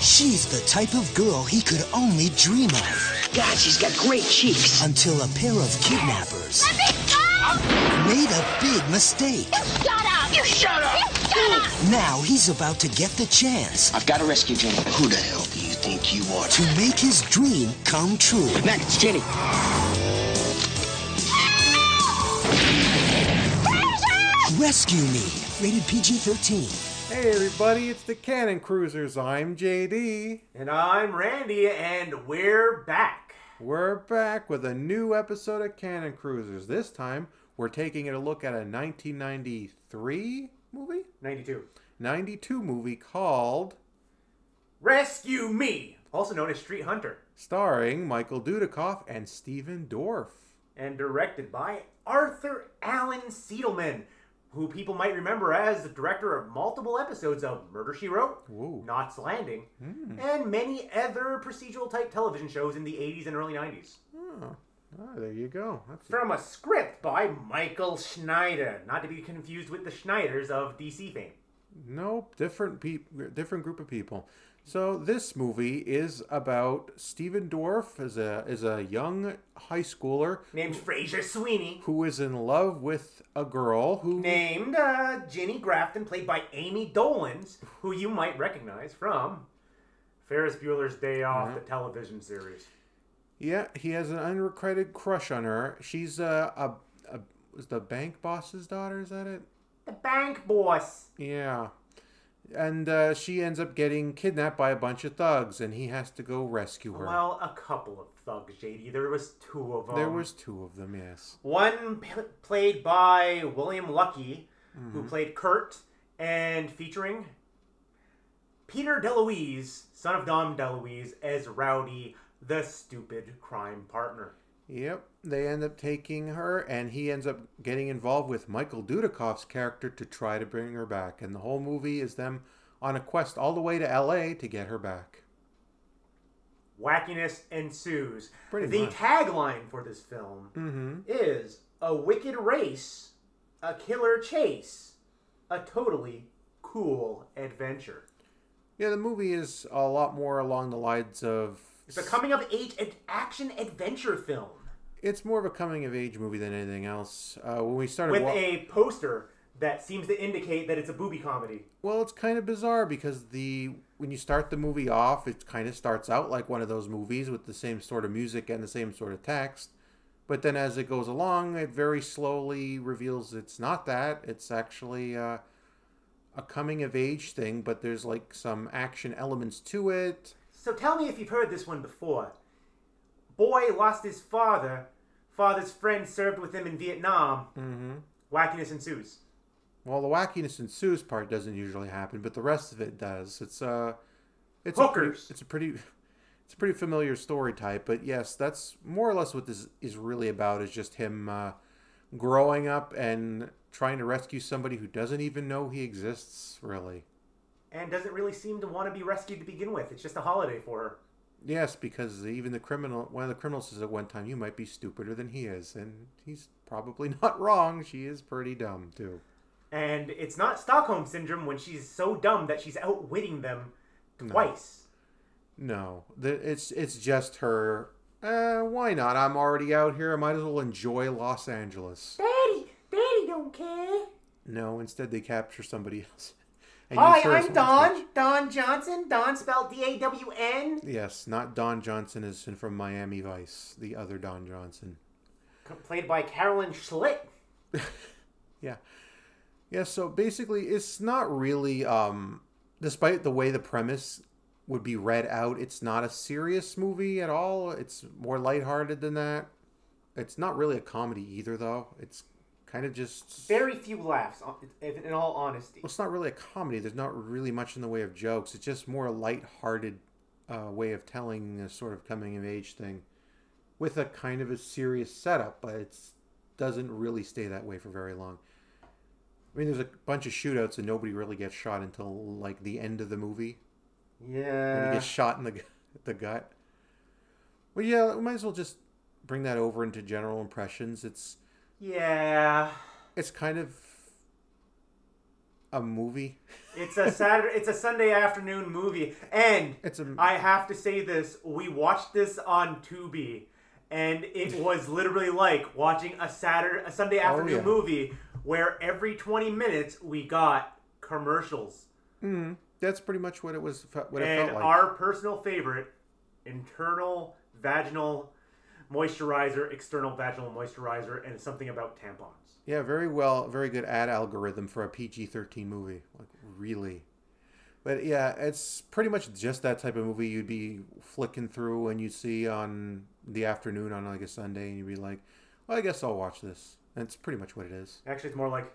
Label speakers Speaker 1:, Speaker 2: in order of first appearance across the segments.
Speaker 1: She's the type of girl he could only dream of.
Speaker 2: God, she's got great cheeks.
Speaker 1: Until a pair of kidnappers
Speaker 3: Let me go!
Speaker 1: made a big mistake.
Speaker 3: You shut up! You
Speaker 2: Shut up!
Speaker 3: shut up!
Speaker 1: Now he's about to get the chance
Speaker 2: I've got to rescue Jenny. Who the hell do you think you are?
Speaker 1: to make his dream come true.
Speaker 2: Mac, it's Jenny.
Speaker 1: Rescue Me, rated PG 13.
Speaker 4: Hey everybody, it's the Cannon Cruisers. I'm JD.
Speaker 5: And I'm Randy, and we're back.
Speaker 4: We're back with a new episode of Cannon Cruisers. This time, we're taking a look at a 1993 movie?
Speaker 5: 92.
Speaker 4: 92 movie called
Speaker 5: Rescue Me, also known as Street Hunter,
Speaker 4: starring Michael Dudikoff and Steven Dorff.
Speaker 5: and directed by Arthur Allen Seidelman, who people might remember as the director of multiple episodes of Murder She Wrote,
Speaker 4: Whoa.
Speaker 5: Knots Landing, and many other procedural type television shows in the 80s and early 90s.
Speaker 4: Oh, ah, there you go. That's
Speaker 5: From a script by Michael Schneider, not to be confused with the Schneiders of DC fame.
Speaker 4: Nope, different peop different group of people. So this movie is about Steven Dorff is a is a young high schooler
Speaker 5: Named Fraser Sweeney.
Speaker 4: who is in love with a girl who
Speaker 5: named uh, Jenny Grafton, played by Amy Dolans, who you might recognize from Ferris Bueller's Day Off,
Speaker 4: Mm-hmm.
Speaker 5: the television series.
Speaker 4: yeah he has an unrequited crush on her. She's uh, a, a, a was the bank boss's daughter. Is that it?
Speaker 5: The bank boss.
Speaker 4: Yeah, and uh, she ends up getting kidnapped by a bunch of thugs, and he has to go rescue her.
Speaker 5: Well, um, a couple of thugs, JD. There was two of them.
Speaker 4: there was two of them. Yes.
Speaker 5: one p- played by William Lucky, who
Speaker 4: Mm-hmm.
Speaker 5: played Kurt, and featuring Peter DeLuise, son of Dom DeLuise, as Rowdy, the stupid crime partner.
Speaker 4: Yep, they end up taking her, and he ends up getting involved with Michael Dudikoff's character to try to bring her back. And the whole movie is them on a quest all the way to LA to get her back.
Speaker 5: wackiness ensues.
Speaker 4: Pretty
Speaker 5: the
Speaker 4: much. Mm-hmm.
Speaker 5: tagline for this film is a wicked race, a killer chase, a totally cool adventure.
Speaker 4: Yeah, the movie is a lot more along the lines of
Speaker 5: It's a coming of age ad- action adventure film
Speaker 4: it's more of a coming of age movie than anything else. Uh, when we started,
Speaker 5: with
Speaker 4: wa-
Speaker 5: a poster that seems to indicate that it's a booby comedy.
Speaker 4: well, it's kind of bizarre because the when you start the movie off, it kind of starts out like one of those movies with the same sort of music and the same sort of text. But then as it goes along, it very slowly reveals it's not that. It's actually uh, a coming of age thing, but there's like some action elements to it.
Speaker 5: So tell me if you've heard this one before. Boy lost his father. Father's friend served with him in Vietnam. Mm-hmm. Wackiness ensues.
Speaker 4: Well, the wackiness and Sue's part doesn't usually happen, but the rest of it does. It's uh, it's A
Speaker 5: Hookers.
Speaker 4: pretty, it's a pretty, it's a pretty familiar story type. But yes, that's more or less what this is really about. Is just him uh, growing up and trying to rescue somebody who doesn't even know he exists. Really.
Speaker 5: and doesn't really seem to want to be rescued to begin with. It's just a holiday for her.
Speaker 4: Yes, because even the criminal, one of the criminals says at one time, "You might be stupider than he is," and he's probably not wrong. She is pretty dumb too.
Speaker 5: And it's not Stockholm syndrome when she's so dumb that she's outwitting them twice.
Speaker 4: No, the, it's it's just her. Uh, why not? I'm already out here. I might as well enjoy Los Angeles.
Speaker 5: Daddy, Daddy don't care.
Speaker 4: No, instead they capture somebody else. And
Speaker 5: Hi,
Speaker 4: use her as
Speaker 5: I'm
Speaker 4: a
Speaker 5: Don.
Speaker 4: hostage.
Speaker 5: Don Johnson. Don spelled D A W N.
Speaker 4: Yes, not Don Johnson is in from Miami Vice, the other Don Johnson.
Speaker 5: Played by Carolyn Schlitt.
Speaker 4: Yeah. Yeah, so basically it's not really um despite the way the premise would be read out, it's not a serious movie at all. It's more lighthearted than that. It's not really a comedy either though. It's kind of just
Speaker 5: Very few laughs, on- in all honesty.
Speaker 4: Well, it's not really a comedy. There's not really much in the way of jokes. It's just more a light-hearted uh, way of telling a sort of coming of age thing, with a kind of a serious setup, but it doesn't really stay that way for very long. I mean, there's a bunch of shootouts and nobody really gets shot until like the end of the movie when he
Speaker 5: Yeah.
Speaker 4: gets shot in the gu- the gut. Well, yeah, we might as well just bring that over into general impressions. It's
Speaker 5: Yeah.
Speaker 4: it's kind of a movie.
Speaker 5: It's a Saturday. it's a Sunday afternoon movie, and
Speaker 4: It's a-
Speaker 5: I have to say this: we watched this on Tubi, and it was literally like watching a Saturday, a Sunday afternoon
Speaker 4: Oh, yeah.
Speaker 5: movie, where every twenty minutes we got commercials.
Speaker 4: That's pretty much what it was. What it
Speaker 5: and
Speaker 4: felt like.
Speaker 5: our personal favorite, internal vaginal moisturizer, external vaginal moisturizer, and something about tampons.
Speaker 4: Yeah, very well, very good ad algorithm for a PG thirteen movie. Like really, but yeah, it's pretty much just that type of movie you'd be flicking through and you see on the afternoon on like a Sunday, and you'd be like, "Well, I guess I'll watch this." And it's pretty much what it is.
Speaker 5: Actually, it's more like,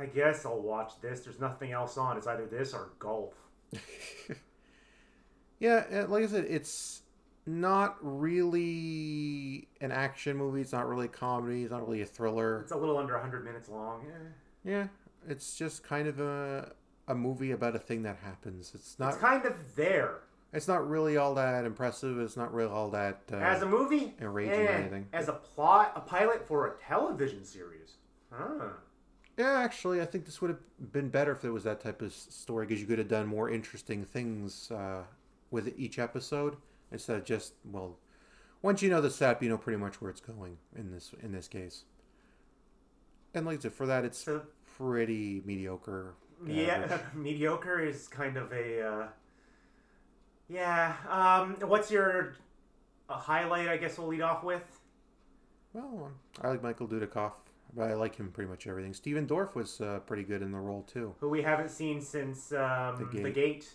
Speaker 5: I guess I'll watch this. There's nothing else on. It's either this or golf.
Speaker 4: Yeah, and like I said, it's not really an action movie. It's not really a comedy. It's not really a thriller.
Speaker 5: It's a little under 100 minutes long. Eh.
Speaker 4: Yeah, it's just kind of a a movie about a thing that happens. It's not
Speaker 5: It's kind of there.
Speaker 4: It's not really all that impressive. It's not really all that. Uh,
Speaker 5: As a movie,
Speaker 4: And raging
Speaker 5: eh.
Speaker 4: or anything.
Speaker 5: As a plot, a pilot for a television series. Huh.
Speaker 4: yeah, actually, I think this would have been better if there was that type of s- story because you could have done more interesting things uh, with each episode instead of just well. Once you know the setup, you know pretty much where it's going in this in this case. And like I said, for that, it's
Speaker 5: So-
Speaker 4: pretty mediocre.
Speaker 5: Yeah,
Speaker 4: average.
Speaker 5: mediocre is kind of a. Uh, yeah. Um, what's your a highlight? I guess we'll lead off with.
Speaker 4: Well, I like Michael Dudikoff, but I like him pretty much everything. Steven Dorff was uh, pretty good in the role too.
Speaker 5: who we haven't seen since um,
Speaker 4: The Gate. Mm-hmm.
Speaker 5: the gate.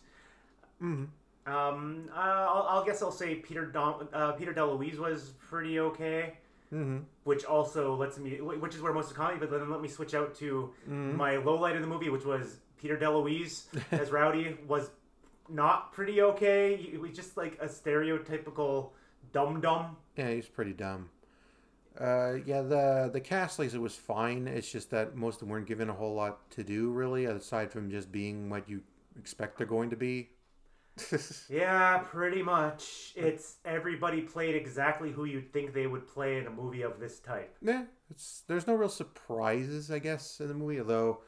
Speaker 5: Um, uh, I'll, I'll guess I'll say Peter Dom, uh, Peter DeLuise was pretty okay.
Speaker 4: Mm-hmm.
Speaker 5: Which also lets me, wh- which is where most of comedy. But then let me switch out to
Speaker 4: Mm-hmm.
Speaker 5: my low light of the movie, which was Peter DeLuise as Rowdy was not pretty okay. It was just like a stereotypical dum dum.
Speaker 4: Yeah, he's pretty dumb. Uh, yeah, the the cast like I said, was fine. It's just that most of them weren't given a whole lot to do really, aside from just being what you expect they're going to be.
Speaker 5: Yeah, pretty much. It's everybody played exactly who you'd think they would play in a movie of this type.
Speaker 4: yeah, it's there's no real surprises, I guess, in the movie. Although,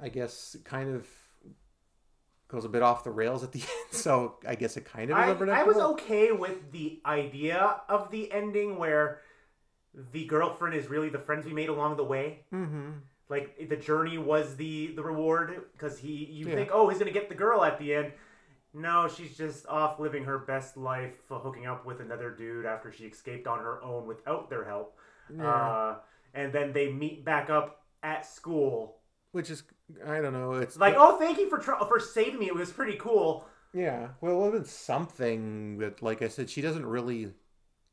Speaker 4: I guess it kind of goes a bit off the rails at the end. So I guess it kind of is
Speaker 5: I, I was
Speaker 4: unpredictable.
Speaker 5: okay with the idea of the ending where the girlfriend is really the friends we made along the way. Mm-hmm. Like the journey was the the reward because he you
Speaker 4: Yeah.
Speaker 5: think oh he's gonna get the girl at the end. No, she's just off living her best life, uh, hooking up with another dude after she escaped on her own without their help. Uh, and then they meet back up at school.
Speaker 4: Which is I don't know. It's
Speaker 5: Like, oh, thank you for tr- for saving me. It was pretty cool.
Speaker 4: Yeah, well, it would have been something that, like I said, she doesn't really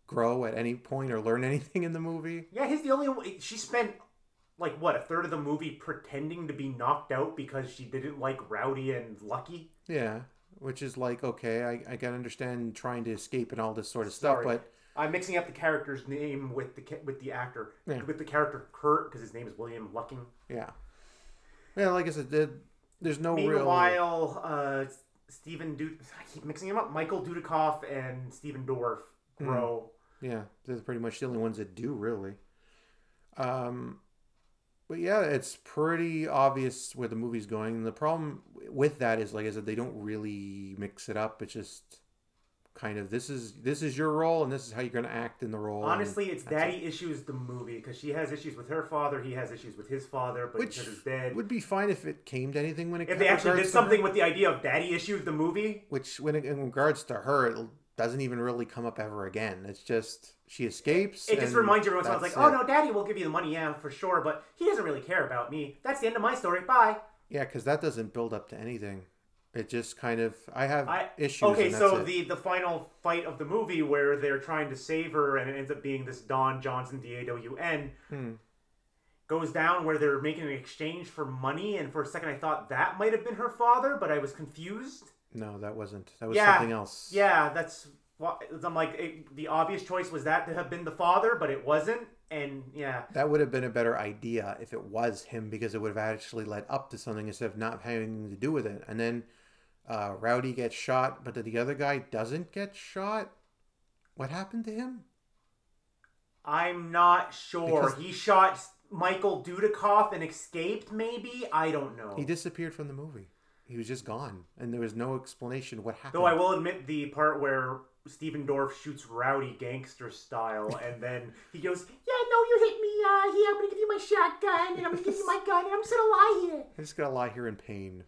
Speaker 4: grow at any point or learn anything in the movie.
Speaker 5: Yeah, he's the only one. She spent like what a third of the movie pretending to be knocked out because she didn't like Rowdy and Lucky.
Speaker 4: Yeah, which is like, okay, I, I can understand trying to escape and all this sort of stuff,
Speaker 5: Sorry.
Speaker 4: but
Speaker 5: I'm mixing up the character's name with the ca- with the actor
Speaker 4: Yeah.
Speaker 5: with the character Kurt because his name is William Lucking.
Speaker 4: yeah. Yeah, like I said, there, there's no real.
Speaker 5: Meanwhile, uh, Stephen Du I keep mixing him up. Michael Dudikoff and Stephen Dorff
Speaker 4: Hmm.
Speaker 5: grow.
Speaker 4: Yeah, they're pretty much the only ones that do, really. Um, but yeah, it's pretty obvious where the movie's going. And the problem with that is, like I said, they don't really mix it up. It's just kind of this is this is your role and this is how you're going to act in the role. and
Speaker 5: Honestly, it's
Speaker 4: Um, that's it.
Speaker 5: daddy issues the movie because she has issues with her father, he has issues with his father, but
Speaker 4: which
Speaker 5: because he's dead.
Speaker 4: would be fine if it came to anything when it
Speaker 5: if they actually
Speaker 4: regards
Speaker 5: did
Speaker 4: to her-
Speaker 5: something with the idea of daddy issues the movie,
Speaker 4: which when it, in regards to her, it doesn't even really come up ever again. It's just she escapes.
Speaker 5: It just
Speaker 4: and
Speaker 5: reminds you everyone's
Speaker 4: that's
Speaker 5: like, oh
Speaker 4: it.
Speaker 5: no, daddy will give you the money, yeah, for sure, but he doesn't really care about me. That's the end of my story. Bye.
Speaker 4: Yeah, because that doesn't build up to anything. It just kind of I have
Speaker 5: I
Speaker 4: issues.
Speaker 5: Okay,
Speaker 4: and that's
Speaker 5: so
Speaker 4: it.
Speaker 5: the the final fight of the movie where they're trying to save her and it ends up being this Don Johnson D A W N
Speaker 4: Hmm.
Speaker 5: goes down where they're making an exchange for money and for a second I thought that might have been her father, but I was confused.
Speaker 4: no, that wasn't. That was
Speaker 5: yeah.
Speaker 4: something else.
Speaker 5: Yeah, that's why I'm like it, the obvious choice was that to have been the father, but it wasn't and yeah.
Speaker 4: that would have been a better idea if it was him because it would have actually led up to something instead of not having anything to do with it. And then uh, Rowdy gets shot, but the other guy doesn't get shot. What happened to him?
Speaker 5: I'm not sure.
Speaker 4: Because-
Speaker 5: he shot Michael Dudikoff and escaped, maybe? I don't know.
Speaker 4: He disappeared from the movie. He was just gone, and there was no explanation what happened.
Speaker 5: Though I will admit the part where Steven Dorff shoots Rowdy gangster style, and then he goes, "Yeah, no, you hit me. Uh, here, I'm gonna give you my shotgun, and I'm gonna give you my gun, and I'm just gonna lie here."
Speaker 4: I just gotta lie here in pain.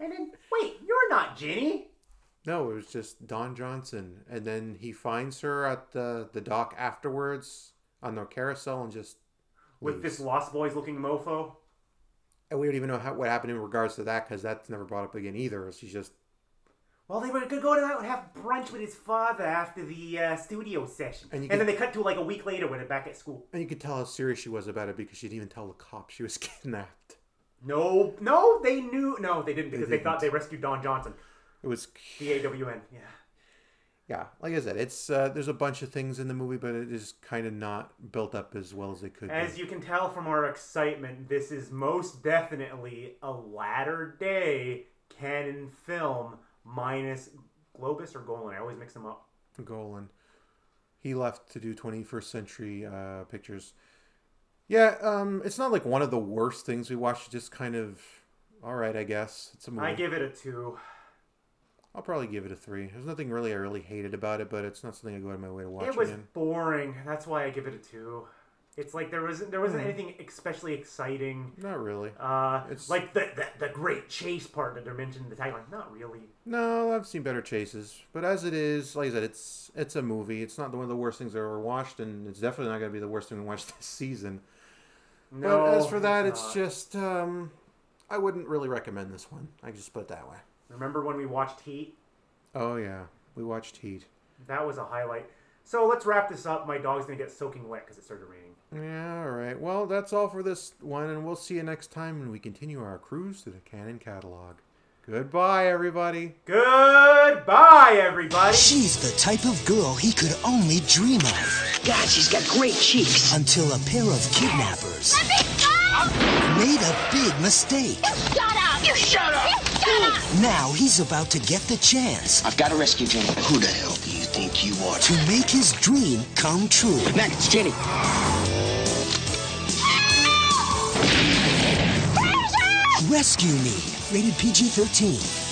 Speaker 5: And then, wait, you're not Ginny.
Speaker 4: No, it was just Don Johnson, and then he finds her at the the dock afterwards on the carousel, and just
Speaker 5: With this Lost Boys looking mofo,
Speaker 4: and we don't even know how, what happened in regards to that because that's never brought up again either. She's just
Speaker 5: well, they were gonna go out and have brunch with his father after the uh, studio session,
Speaker 4: And
Speaker 5: and,
Speaker 4: you can-
Speaker 5: then they cut to like a week later when they're back at school.
Speaker 4: and you could tell how serious she was about it because she didn't even tell the cops she was kidnapped.
Speaker 5: No, no, they knew. No, they didn't because they, thought they rescued Don Johnson,
Speaker 4: It was
Speaker 5: D A W N. Yeah.
Speaker 4: yeah, like I said, it's uh, there's a bunch of things in the movie, but it is kind of not built up as well as it could. be.
Speaker 5: As you can tell from our excitement, this is most definitely a latter day canon film minus Globus or Golan. I always mix them up.
Speaker 4: Golan. He left to do 21st century uh, pictures. Yeah, um, it's not like one of the worst things we watched. It's Just kind of, all right, I guess. It's a movie.
Speaker 5: I give it a two.
Speaker 4: I'll probably give it a three. There's nothing really I really hated about it, but it's not something I go out of my way to watch
Speaker 5: It was
Speaker 4: again.
Speaker 5: boring. That's why I give it a two. It's like there wasn't there
Speaker 4: Mm.
Speaker 5: wasn't anything especially exciting.
Speaker 4: Not really.
Speaker 5: Uh,
Speaker 4: It's-
Speaker 5: like the, the the great chase part that they're mentioned in the tagline. Not really.
Speaker 4: No, I've seen better chases, but as it is, like I said, it's it's a movie. It's not one of the worst things I've ever watched, and it's definitely not going to be the worst thing we watch this season.
Speaker 5: No.
Speaker 4: but as for that, it's,
Speaker 5: not.
Speaker 4: just um, I wouldn't really recommend this one. I just put it that way.
Speaker 5: remember when we watched Heat.
Speaker 4: Oh yeah, we watched Heat.
Speaker 5: That was a highlight. So let's wrap this up. My dog's gonna get soaking wet because it started raining.
Speaker 4: Yeah, all right. Well, that's all for this one, and we'll see you next time when we continue our cruise through the Canon catalog. Goodbye, everybody.
Speaker 5: Goodbye, everybody.
Speaker 1: She's the type of girl he could only dream of
Speaker 2: God, she's got great cheeks.
Speaker 1: until a pair of kidnappers
Speaker 3: Let me go!
Speaker 1: made a big mistake.
Speaker 3: You shut up! You shut up! You shut up!
Speaker 1: Now he's about to get the chance
Speaker 2: I've got to rescue Jenny. Who the hell do you think you are?
Speaker 1: to make his dream come true.
Speaker 2: Mac, it's Jenny.
Speaker 1: Rescue Me, rated PG 13.